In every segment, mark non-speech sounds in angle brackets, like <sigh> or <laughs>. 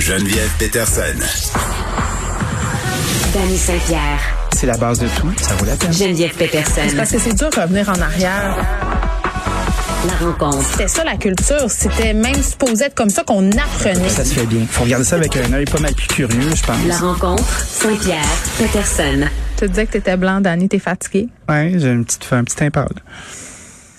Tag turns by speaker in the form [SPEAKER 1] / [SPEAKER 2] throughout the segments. [SPEAKER 1] Geneviève Peterson.
[SPEAKER 2] Danny Saint-Pierre,
[SPEAKER 3] C'est la base de tout. Ça vaut la peine.
[SPEAKER 2] Geneviève
[SPEAKER 4] C'est
[SPEAKER 2] Peterson,
[SPEAKER 4] parce que c'est dur de revenir en arrière.
[SPEAKER 2] la rencontre.
[SPEAKER 4] C'était ça la culture. C'était même supposé être comme ça qu'on apprenait.
[SPEAKER 3] Ça se fait bien. Faut regarder ça avec un œil pas mal plus curieux, je
[SPEAKER 2] La
[SPEAKER 3] pense.
[SPEAKER 2] rencontre Saint-Pierre, Peterson.
[SPEAKER 4] Tu te disais que t'étais blanc, Dani, t'es fatigué.
[SPEAKER 3] Ouais, j'ai une petite, faim, un petit impale.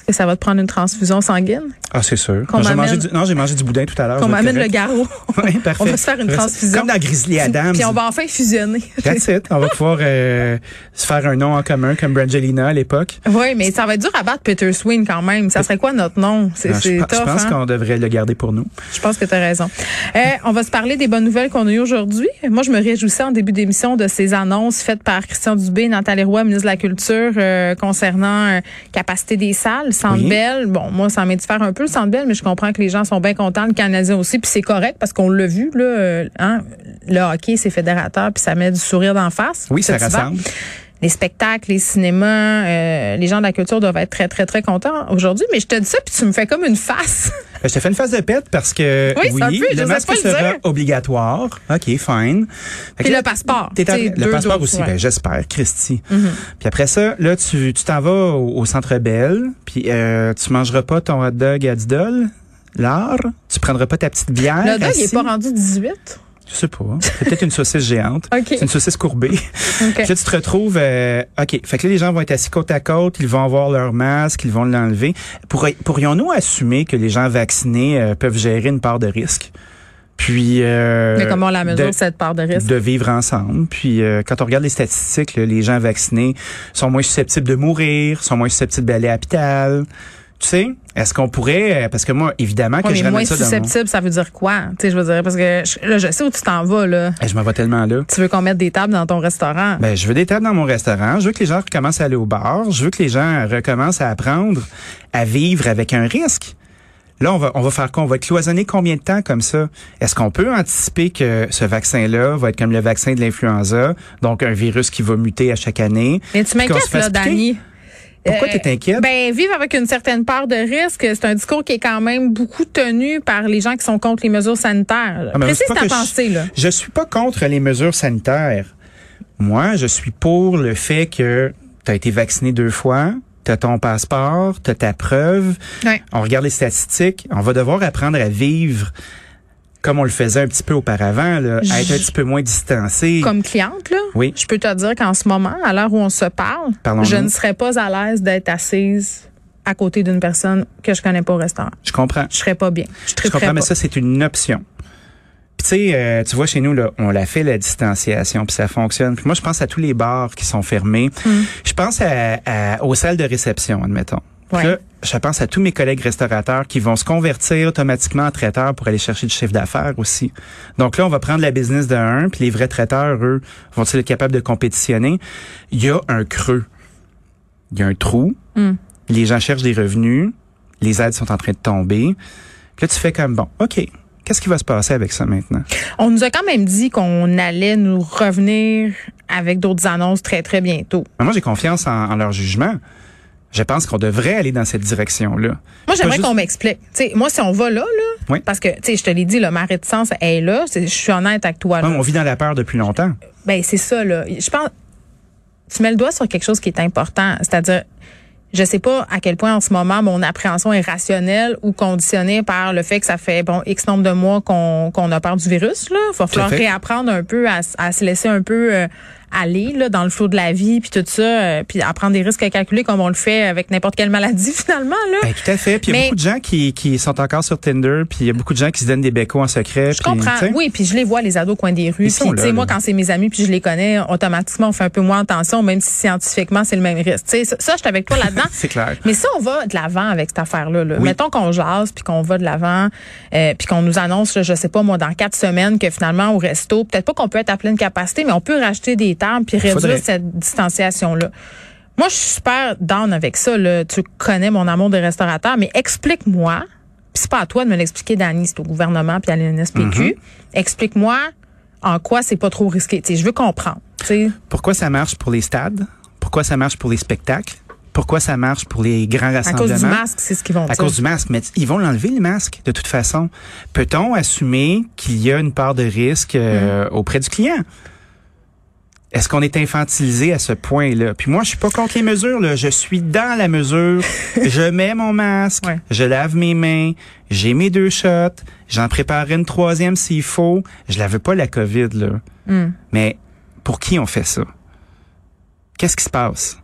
[SPEAKER 4] Est-ce que ça va te prendre une transfusion sanguine?
[SPEAKER 3] Ah, c'est sûr.
[SPEAKER 4] Qu'on
[SPEAKER 3] Non, j'ai
[SPEAKER 4] m'amène-
[SPEAKER 3] mangé du, non, j'ai mangé du boudin tout à l'heure.
[SPEAKER 4] Qu'on
[SPEAKER 3] je vais
[SPEAKER 4] m'amène
[SPEAKER 3] être
[SPEAKER 4] le
[SPEAKER 3] correct.
[SPEAKER 4] garrot.
[SPEAKER 3] Oui, parfait.
[SPEAKER 4] <laughs> On va se faire une
[SPEAKER 3] Reste-
[SPEAKER 4] transfusion.
[SPEAKER 3] Comme dans Grizzly Adams.
[SPEAKER 4] Puis on va enfin fusionner. <laughs>
[SPEAKER 3] That's it. On va pouvoir euh, se faire un nom en commun comme Brangelina à l'époque.
[SPEAKER 4] oui, mais ça va être dur à battre Peter Swin quand même. Ça serait quoi notre nom? C'est
[SPEAKER 3] Alors,
[SPEAKER 4] c'est
[SPEAKER 3] Ah, je, pe- je
[SPEAKER 4] tough,
[SPEAKER 3] pense
[SPEAKER 4] hein?
[SPEAKER 3] qu'on devrait le garder pour nous.
[SPEAKER 4] Je pense que tu as raison. Euh, on va se parler des bonnes nouvelles qu'on a eues aujourd'hui. Moi, je me réjouissais en début d'émission de ces annonces faites par Christian Dubé, Nathalie Roy, ministre de la Culture, euh, concernant euh, capacité des salles, Centre
[SPEAKER 3] Oui.
[SPEAKER 4] Bell. Bon, moi, ça m'indiffère un peu le Centre Bell, mais je comprends que les gens sont bien contents, le Canadien aussi, puis c'est correct parce qu'on l'a vu, là, euh, hein, le hockey, c'est fédérateur, puis ça met du sourire d'en face.
[SPEAKER 3] Oui, ça
[SPEAKER 4] Petit vent.
[SPEAKER 3] rassemble.
[SPEAKER 4] Les spectacles, les cinémas, euh, les gens de la culture doivent être très, très, très contents aujourd'hui. Mais je te dis ça, puis tu me fais comme une face.
[SPEAKER 3] Euh, Je te fais une phase de pète parce que
[SPEAKER 4] Oui, c'est un peu,
[SPEAKER 3] le
[SPEAKER 4] j'osais
[SPEAKER 3] masque
[SPEAKER 4] pas le
[SPEAKER 3] sera
[SPEAKER 4] dire.
[SPEAKER 3] obligatoire. OK, fine. Fait que
[SPEAKER 4] Puis
[SPEAKER 3] là,
[SPEAKER 4] le passeport.
[SPEAKER 3] T'es en-
[SPEAKER 4] Tu sais,
[SPEAKER 3] le
[SPEAKER 4] deux
[SPEAKER 3] passeport
[SPEAKER 4] autres,
[SPEAKER 3] aussi,
[SPEAKER 4] ouais. Mm-hmm.
[SPEAKER 3] ben, j'espère, Christy. Puis après ça, là, tu tu t'en vas au, au Centre Bell, puis euh, tu mangeras pas ton hot dog à 10 dollars. L'art, tu prendras pas ta petite bière.
[SPEAKER 4] Le dog, il
[SPEAKER 3] assis.
[SPEAKER 4] est pas rendu 18.
[SPEAKER 3] Je sais pas. C'est peut-être une saucisse géante.
[SPEAKER 4] <laughs> OK.
[SPEAKER 3] C'est une saucisse courbée.
[SPEAKER 4] OK.
[SPEAKER 3] Puis là, tu te retrouves... euh, OK. Fait que là, les gens vont être assis côte à côte, ils vont avoir leur masque, ils vont l'enlever. Pourri- Pourrions-nous assumer que les gens vaccinés euh, peuvent gérer une part de risque? Puis... euh,
[SPEAKER 4] Mais comment on la mesure,
[SPEAKER 3] de-
[SPEAKER 4] cette part de risque?
[SPEAKER 3] de vivre ensemble. Puis euh, quand on regarde les statistiques, là, les gens vaccinés sont moins susceptibles de mourir, sont moins susceptibles d'aller à l'hôpital. Tu sais, est-ce qu'on pourrait euh, parce que moi évidemment que
[SPEAKER 4] Ouais,
[SPEAKER 3] je
[SPEAKER 4] mais
[SPEAKER 3] ramène
[SPEAKER 4] moins
[SPEAKER 3] ça dans mon...
[SPEAKER 4] susceptible, ça veut dire quoi? Tu sais, je veux dire, parce que je, là, je sais où tu t'en vas, là.
[SPEAKER 3] Eh, je m'en vais tellement là.
[SPEAKER 4] Tu veux qu'on mette des tables dans ton restaurant.
[SPEAKER 3] Ben, je veux des tables dans mon restaurant, je veux que les gens recommencent à aller au bar, je veux que les gens recommencent à apprendre à vivre avec un risque. Là, on va, on va faire quoi? On va cloisonner combien de temps comme ça? Est-ce qu'on peut anticiper que ce vaccin-là va être comme le vaccin de l'influenza, donc un virus qui va muter à chaque année?
[SPEAKER 4] mais tu
[SPEAKER 3] puis qu'on se
[SPEAKER 4] m'inquiètes,
[SPEAKER 3] fasse
[SPEAKER 4] là,
[SPEAKER 3] piquer?
[SPEAKER 4] Dani.
[SPEAKER 3] Pourquoi
[SPEAKER 4] Euh,
[SPEAKER 3] tu t'es inquiète?
[SPEAKER 4] Ben, vivre avec une certaine part de risque, c'est un discours qui est quand même beaucoup tenu par les gens qui sont contre les mesures sanitaires. là.
[SPEAKER 3] Ah, mais
[SPEAKER 4] Précise
[SPEAKER 3] c'est pas
[SPEAKER 4] ta
[SPEAKER 3] que je-
[SPEAKER 4] pensée, là.
[SPEAKER 3] Je suis pas contre les mesures sanitaires. Moi, je suis pour le fait que tu as été vacciné deux fois, tu as ton passeport, tu as ta preuve,
[SPEAKER 4] Ouais.
[SPEAKER 3] on regarde les statistiques, on va devoir apprendre à vivre comme on le faisait un petit peu auparavant, là, à être un petit peu moins distancé.
[SPEAKER 4] Comme cliente, là,
[SPEAKER 3] Oui.
[SPEAKER 4] je peux te dire qu'en ce moment, à l'heure où on se parle,
[SPEAKER 3] Parlons-nous.
[SPEAKER 4] je ne serais pas à l'aise d'être assise à côté d'une personne que je connais pas au restaurant.
[SPEAKER 3] Je comprends.
[SPEAKER 4] je serais pas bien. Je
[SPEAKER 3] Je
[SPEAKER 4] triperais
[SPEAKER 3] comprends,
[SPEAKER 4] pas.
[SPEAKER 3] mais ça, c'est une option. Puis, tu sais, euh, tu vois, chez nous, là, on l'a fait, la distanciation, puis ça fonctionne. Puis moi, je pense à tous les bars qui sont fermés. Je pense à, à- aux salles de réception, admettons. Puis
[SPEAKER 4] Ouais.
[SPEAKER 3] là, je pense à tous mes collègues restaurateurs qui vont se convertir automatiquement en traiteurs pour aller chercher du chiffre d'affaires aussi. Donc là, on va prendre la business de un, puis les vrais traiteurs, eux, vont-ils être capables de compétitionner? Il y a un creux. Il y a un trou. Les gens cherchent des revenus. Les aides sont en train de tomber. Puis là, tu fais comme, bon, OK, qu'est-ce qui va se passer avec ça maintenant?
[SPEAKER 4] On nous a quand même dit qu'on allait nous revenir avec d'autres annonces très, très bientôt.
[SPEAKER 3] Mais moi, j'ai confiance en, en leur jugement. Je pense qu'on devrait aller dans cette direction-là.
[SPEAKER 4] Moi,
[SPEAKER 3] C'est pas
[SPEAKER 4] j'aimerais
[SPEAKER 3] juste-
[SPEAKER 4] qu'on m'explique. Tu sais, moi, si on va là, là,
[SPEAKER 3] Oui.
[SPEAKER 4] parce que, tu sais, je te l'ai dit, le ma réticence est là. C'est- Je suis honnête avec toi. là.
[SPEAKER 3] Non, on vit dans la peur depuis longtemps.
[SPEAKER 4] Ben, c'est ça, là. Je pense, tu mets le doigt sur quelque chose qui est important. C'est-à-dire, je sais pas à quel point en ce moment mon appréhension est rationnelle ou conditionnée par le fait que ça fait, bon, X nombre de mois qu'on, qu'on a peur du virus, là. Va falloir
[SPEAKER 3] fait.
[SPEAKER 4] réapprendre un peu à, s- à se laisser un peu, euh, aller là dans le flot de la vie puis tout ça euh, puis à prendre des risques à calculer comme on le fait avec n'importe quelle maladie <laughs> finalement là
[SPEAKER 3] Ben, tout à fait. Puis il y a
[SPEAKER 4] Mais-
[SPEAKER 3] beaucoup de gens qui, qui sont encore sur Tinder, puis il y a beaucoup de gens qui se donnent des becos en secret.
[SPEAKER 4] Je
[SPEAKER 3] puis,
[SPEAKER 4] comprends.
[SPEAKER 3] tu sais.
[SPEAKER 4] Oui, puis je les vois, les ados au coin des
[SPEAKER 3] Ils
[SPEAKER 4] rues. Puis,
[SPEAKER 3] sont
[SPEAKER 4] tu
[SPEAKER 3] là,
[SPEAKER 4] sais, moi,
[SPEAKER 3] là.
[SPEAKER 4] quand c'est mes amis, puis je les connais, automatiquement, on fait un peu moins attention, même si scientifiquement, c'est le même risque. Tu sais, ça, ça, je suis avec toi là-dedans.
[SPEAKER 3] <laughs> C'est clair.
[SPEAKER 4] Mais si on va de l'avant avec cette affaire-là, là,
[SPEAKER 3] Oui.
[SPEAKER 4] mettons qu'on jase, puis qu'on va de l'avant, euh, puis qu'on nous annonce, là, je sais pas, moi, dans quatre semaines, que finalement, au resto, peut-être pas qu'on peut être à pleine capacité, mais on peut racheter des tables, puis réduire
[SPEAKER 3] Faudrait.
[SPEAKER 4] cette distanciation-là. Moi, je suis super down avec ça. Là. Tu connais mon amour des restaurateurs, mais explique-moi, puis c'est pas à toi de me l'expliquer, Dani, c'est au gouvernement puis à l'NSPQ.
[SPEAKER 3] Mm-hmm.
[SPEAKER 4] Explique-moi en quoi c'est pas trop risqué. Tu sais, je veux comprendre. tu sais.
[SPEAKER 3] Pourquoi ça marche pour les stades? Pourquoi ça marche pour les spectacles? Pourquoi ça marche pour les grands
[SPEAKER 4] À
[SPEAKER 3] rassemblements?
[SPEAKER 4] cause du masque, c'est ce qu'ils vont
[SPEAKER 3] À
[SPEAKER 4] dire.
[SPEAKER 3] cause du masque, mais ils vont l'enlever le masque de toute façon. Peut-on assumer qu'il y a une part de risque euh, auprès du client Est-ce qu'on est infantilisé à ce point-là Puis moi, je suis pas contre les mesures. Là. Je suis dans la mesure. je mets mon masque,
[SPEAKER 4] Ouais.
[SPEAKER 3] je lave mes mains, j'ai mes deux shots, j'en prépare une troisième s'il faut. Je la veux pas la COVID là. Mais pour qui on fait ça Qu'est-ce qui se passe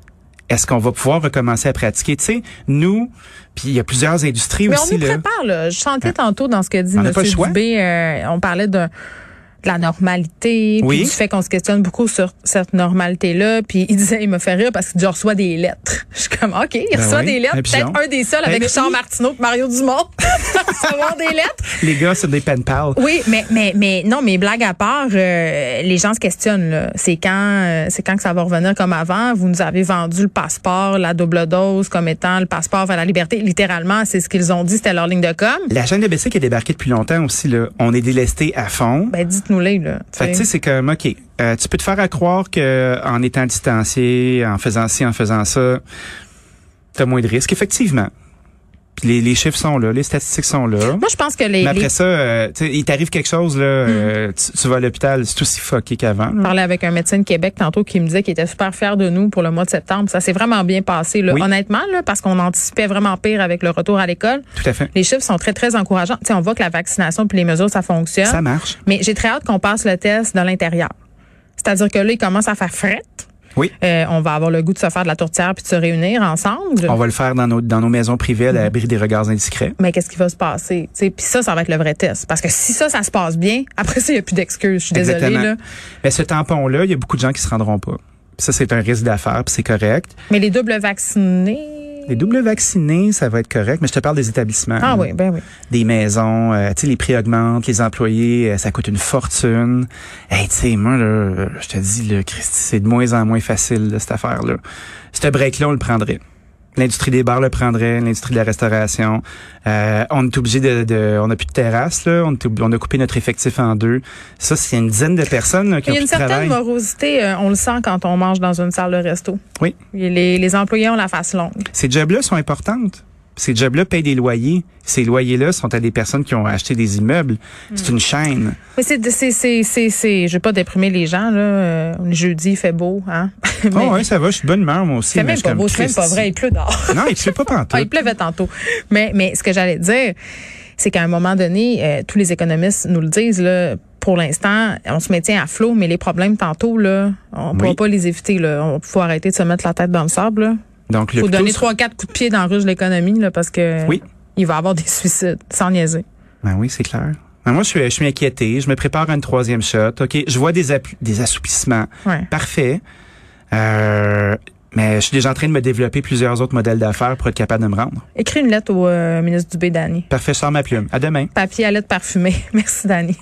[SPEAKER 3] est-ce qu'on va pouvoir recommencer à pratiquer? Tu sais, nous, puis il y a plusieurs industries
[SPEAKER 4] Mais
[SPEAKER 3] aussi.
[SPEAKER 4] on nous
[SPEAKER 3] là. Ah.
[SPEAKER 4] prépare, là. Je chantais tantôt dans ce que dit
[SPEAKER 3] On
[SPEAKER 4] M.
[SPEAKER 3] n'a pas le choix.
[SPEAKER 4] Dubé. euh, on parlait de, de la normalité, puis
[SPEAKER 3] Oui.
[SPEAKER 4] du fait qu'on se questionne beaucoup sur cette normalité-là. Puis il disait, il me fait rire parce qu'il dit, je reçois des lettres. <laughs> Je suis comme, OK, il
[SPEAKER 3] Ben
[SPEAKER 4] reçoit
[SPEAKER 3] oui,
[SPEAKER 4] des lettres.
[SPEAKER 3] un pigeon.
[SPEAKER 4] Peut-être un des seuls
[SPEAKER 3] Ben
[SPEAKER 4] avec
[SPEAKER 3] oui.
[SPEAKER 4] Richard Martineau et Mario Dumont <laughs> à recevoir des lettres.
[SPEAKER 3] Les gars, c'est des pen pals.
[SPEAKER 4] Oui, mais, mais, mais non, mais blague à part, euh, les gens se questionnent. là. C'est quand, euh, c'est quand que ça va revenir comme avant. Vous nous avez vendu le passeport, la double dose comme étant le passeport vers la liberté. Littéralement, c'est ce qu'ils ont dit, c'était leur ligne de com.
[SPEAKER 3] La chaîne de BC qui est débarquée depuis longtemps aussi, là, on est délesté à fond.
[SPEAKER 4] Ben, dites-nous-les, là.
[SPEAKER 3] fait que tu sais, c'est comme, OK, euh, tu peux te faire à croire que en étant distancié, en faisant ci, en faisant ça, t'as moins de risques, effectivement. Puis les, les chiffres sont là, les statistiques sont là.
[SPEAKER 4] Moi, je pense que les.
[SPEAKER 3] Mais après
[SPEAKER 4] les- Hmm.
[SPEAKER 3] ça, euh, tu sais, il t'arrive quelque chose, là, euh, tu, tu vas à l'hôpital, c'est aussi fucké qu'avant.
[SPEAKER 4] Je
[SPEAKER 3] là.
[SPEAKER 4] parlais avec un médecin de Québec tantôt qui me disait qu'il était super fier de nous pour le mois de septembre. Ça s'est vraiment bien passé, là.
[SPEAKER 3] Oui.
[SPEAKER 4] honnêtement, là, parce qu'on anticipait vraiment pire avec le retour à l'école.
[SPEAKER 3] Tout à fait.
[SPEAKER 4] Les chiffres sont très, très encourageants. Tu sais, on voit que la vaccination puis les mesures, ça fonctionne.
[SPEAKER 3] Ça marche.
[SPEAKER 4] Mais j'ai très hâte qu'on passe le test de l'intérieur. C'est-à-dire que là, il commence à faire frette.
[SPEAKER 3] Oui.
[SPEAKER 4] Euh, on va avoir le goût de se faire de la tourtière puis de se réunir ensemble.
[SPEAKER 3] On va le faire dans nos, dans nos maisons privées à
[SPEAKER 4] Hmm.
[SPEAKER 3] l'abri des regards indiscrets.
[SPEAKER 4] mais qu'est-ce qui va se passer? Tu sais, Puis ça, ça va être le vrai test. Parce que si ça, ça se passe bien, <laughs> après ça, il n'y a plus d'excuses. Je suis désolée.
[SPEAKER 3] Exactement.
[SPEAKER 4] Là.
[SPEAKER 3] Mais ce tampon-là, il y a beaucoup de gens qui se rendront pas. Ça, c'est un risque d'affaires, puis c'est correct.
[SPEAKER 4] Mais les doubles vaccinés.
[SPEAKER 3] Les doubles vaccinés, ça va être correct, mais je te parle des établissements.
[SPEAKER 4] Ah
[SPEAKER 3] là.
[SPEAKER 4] oui, ben oui.
[SPEAKER 3] Des maisons, euh, tu sais, les prix augmentent, les employés, euh, ça coûte une fortune. Hey, tu sais, moi, là, euh, je te dis, le Christy, c'est de moins en moins facile, là, cette affaire-là. Ce break-là, on le prendrait. L'industrie des bars le prendrait, l'industrie de la restauration. Euh, on est obligé de, de- on n'a plus de terrasse là, on, est ob- on a coupé notre effectif en deux. Ça, c'est une dizaine de personnes là, qui
[SPEAKER 4] Il
[SPEAKER 3] ont
[SPEAKER 4] y a
[SPEAKER 3] plus
[SPEAKER 4] une
[SPEAKER 3] de travail.
[SPEAKER 4] certaine morosité, euh, on le sent quand on mange dans une salle de resto.
[SPEAKER 3] Oui.
[SPEAKER 4] Et Les, les employés ont la face longue.
[SPEAKER 3] Ces jobs-là sont importantes. Ces jobs-là payent des loyers. Ces loyers-là sont à des personnes qui ont acheté des immeubles. C'est
[SPEAKER 4] Mm.
[SPEAKER 3] une chaîne.
[SPEAKER 4] Mais c'est, c'est, c'est, c'est, c'est, je vais pas déprimer les gens, là. Euh, on est jeudi, il fait beau, hein. <laughs> Mais
[SPEAKER 3] Oh ouais, ça va, je suis de bonne humeur moi aussi.
[SPEAKER 4] il fait
[SPEAKER 3] mais je
[SPEAKER 4] même
[SPEAKER 3] suis
[SPEAKER 4] pas
[SPEAKER 3] comme
[SPEAKER 4] beau, c'est même pas
[SPEAKER 3] Christy.
[SPEAKER 4] vrai, il pleut dehors.
[SPEAKER 3] Non, il fait pas
[SPEAKER 4] <laughs> Ah, il
[SPEAKER 3] pantoute.
[SPEAKER 4] pleuvait tantôt. Mais, mais ce que j'allais dire, c'est qu'à un moment donné, euh, tous les économistes nous le disent, là, pour l'instant, on se maintient à flot, mais les problèmes tantôt, là, on ne pourra
[SPEAKER 3] Oui.
[SPEAKER 4] pas les éviter. Là. On faut arrêter de se mettre la tête dans le sable. Là.
[SPEAKER 3] Donc le
[SPEAKER 4] faut
[SPEAKER 3] couteau
[SPEAKER 4] donner
[SPEAKER 3] sera-
[SPEAKER 4] trois, quatre coups de pied dans la ruche de l'économie là, parce que
[SPEAKER 3] Oui.
[SPEAKER 4] il va y avoir des suicides, sans niaiser.
[SPEAKER 3] Ben oui, c'est clair. Ben moi, je suis, je suis inquiété. Je me prépare à une troisième shot. OK, je vois des, appu- des assouplissements.
[SPEAKER 4] Ouais.
[SPEAKER 3] Parfait. Euh, mais je suis déjà en train de me développer plusieurs autres modèles d'affaires pour être capable de me rendre.
[SPEAKER 4] Écris une lettre au euh, ministre Dubé, Dany.
[SPEAKER 3] Parfait, je sors ma plume. À demain.
[SPEAKER 4] Papier à lettre parfumée. <laughs> Merci, Dany.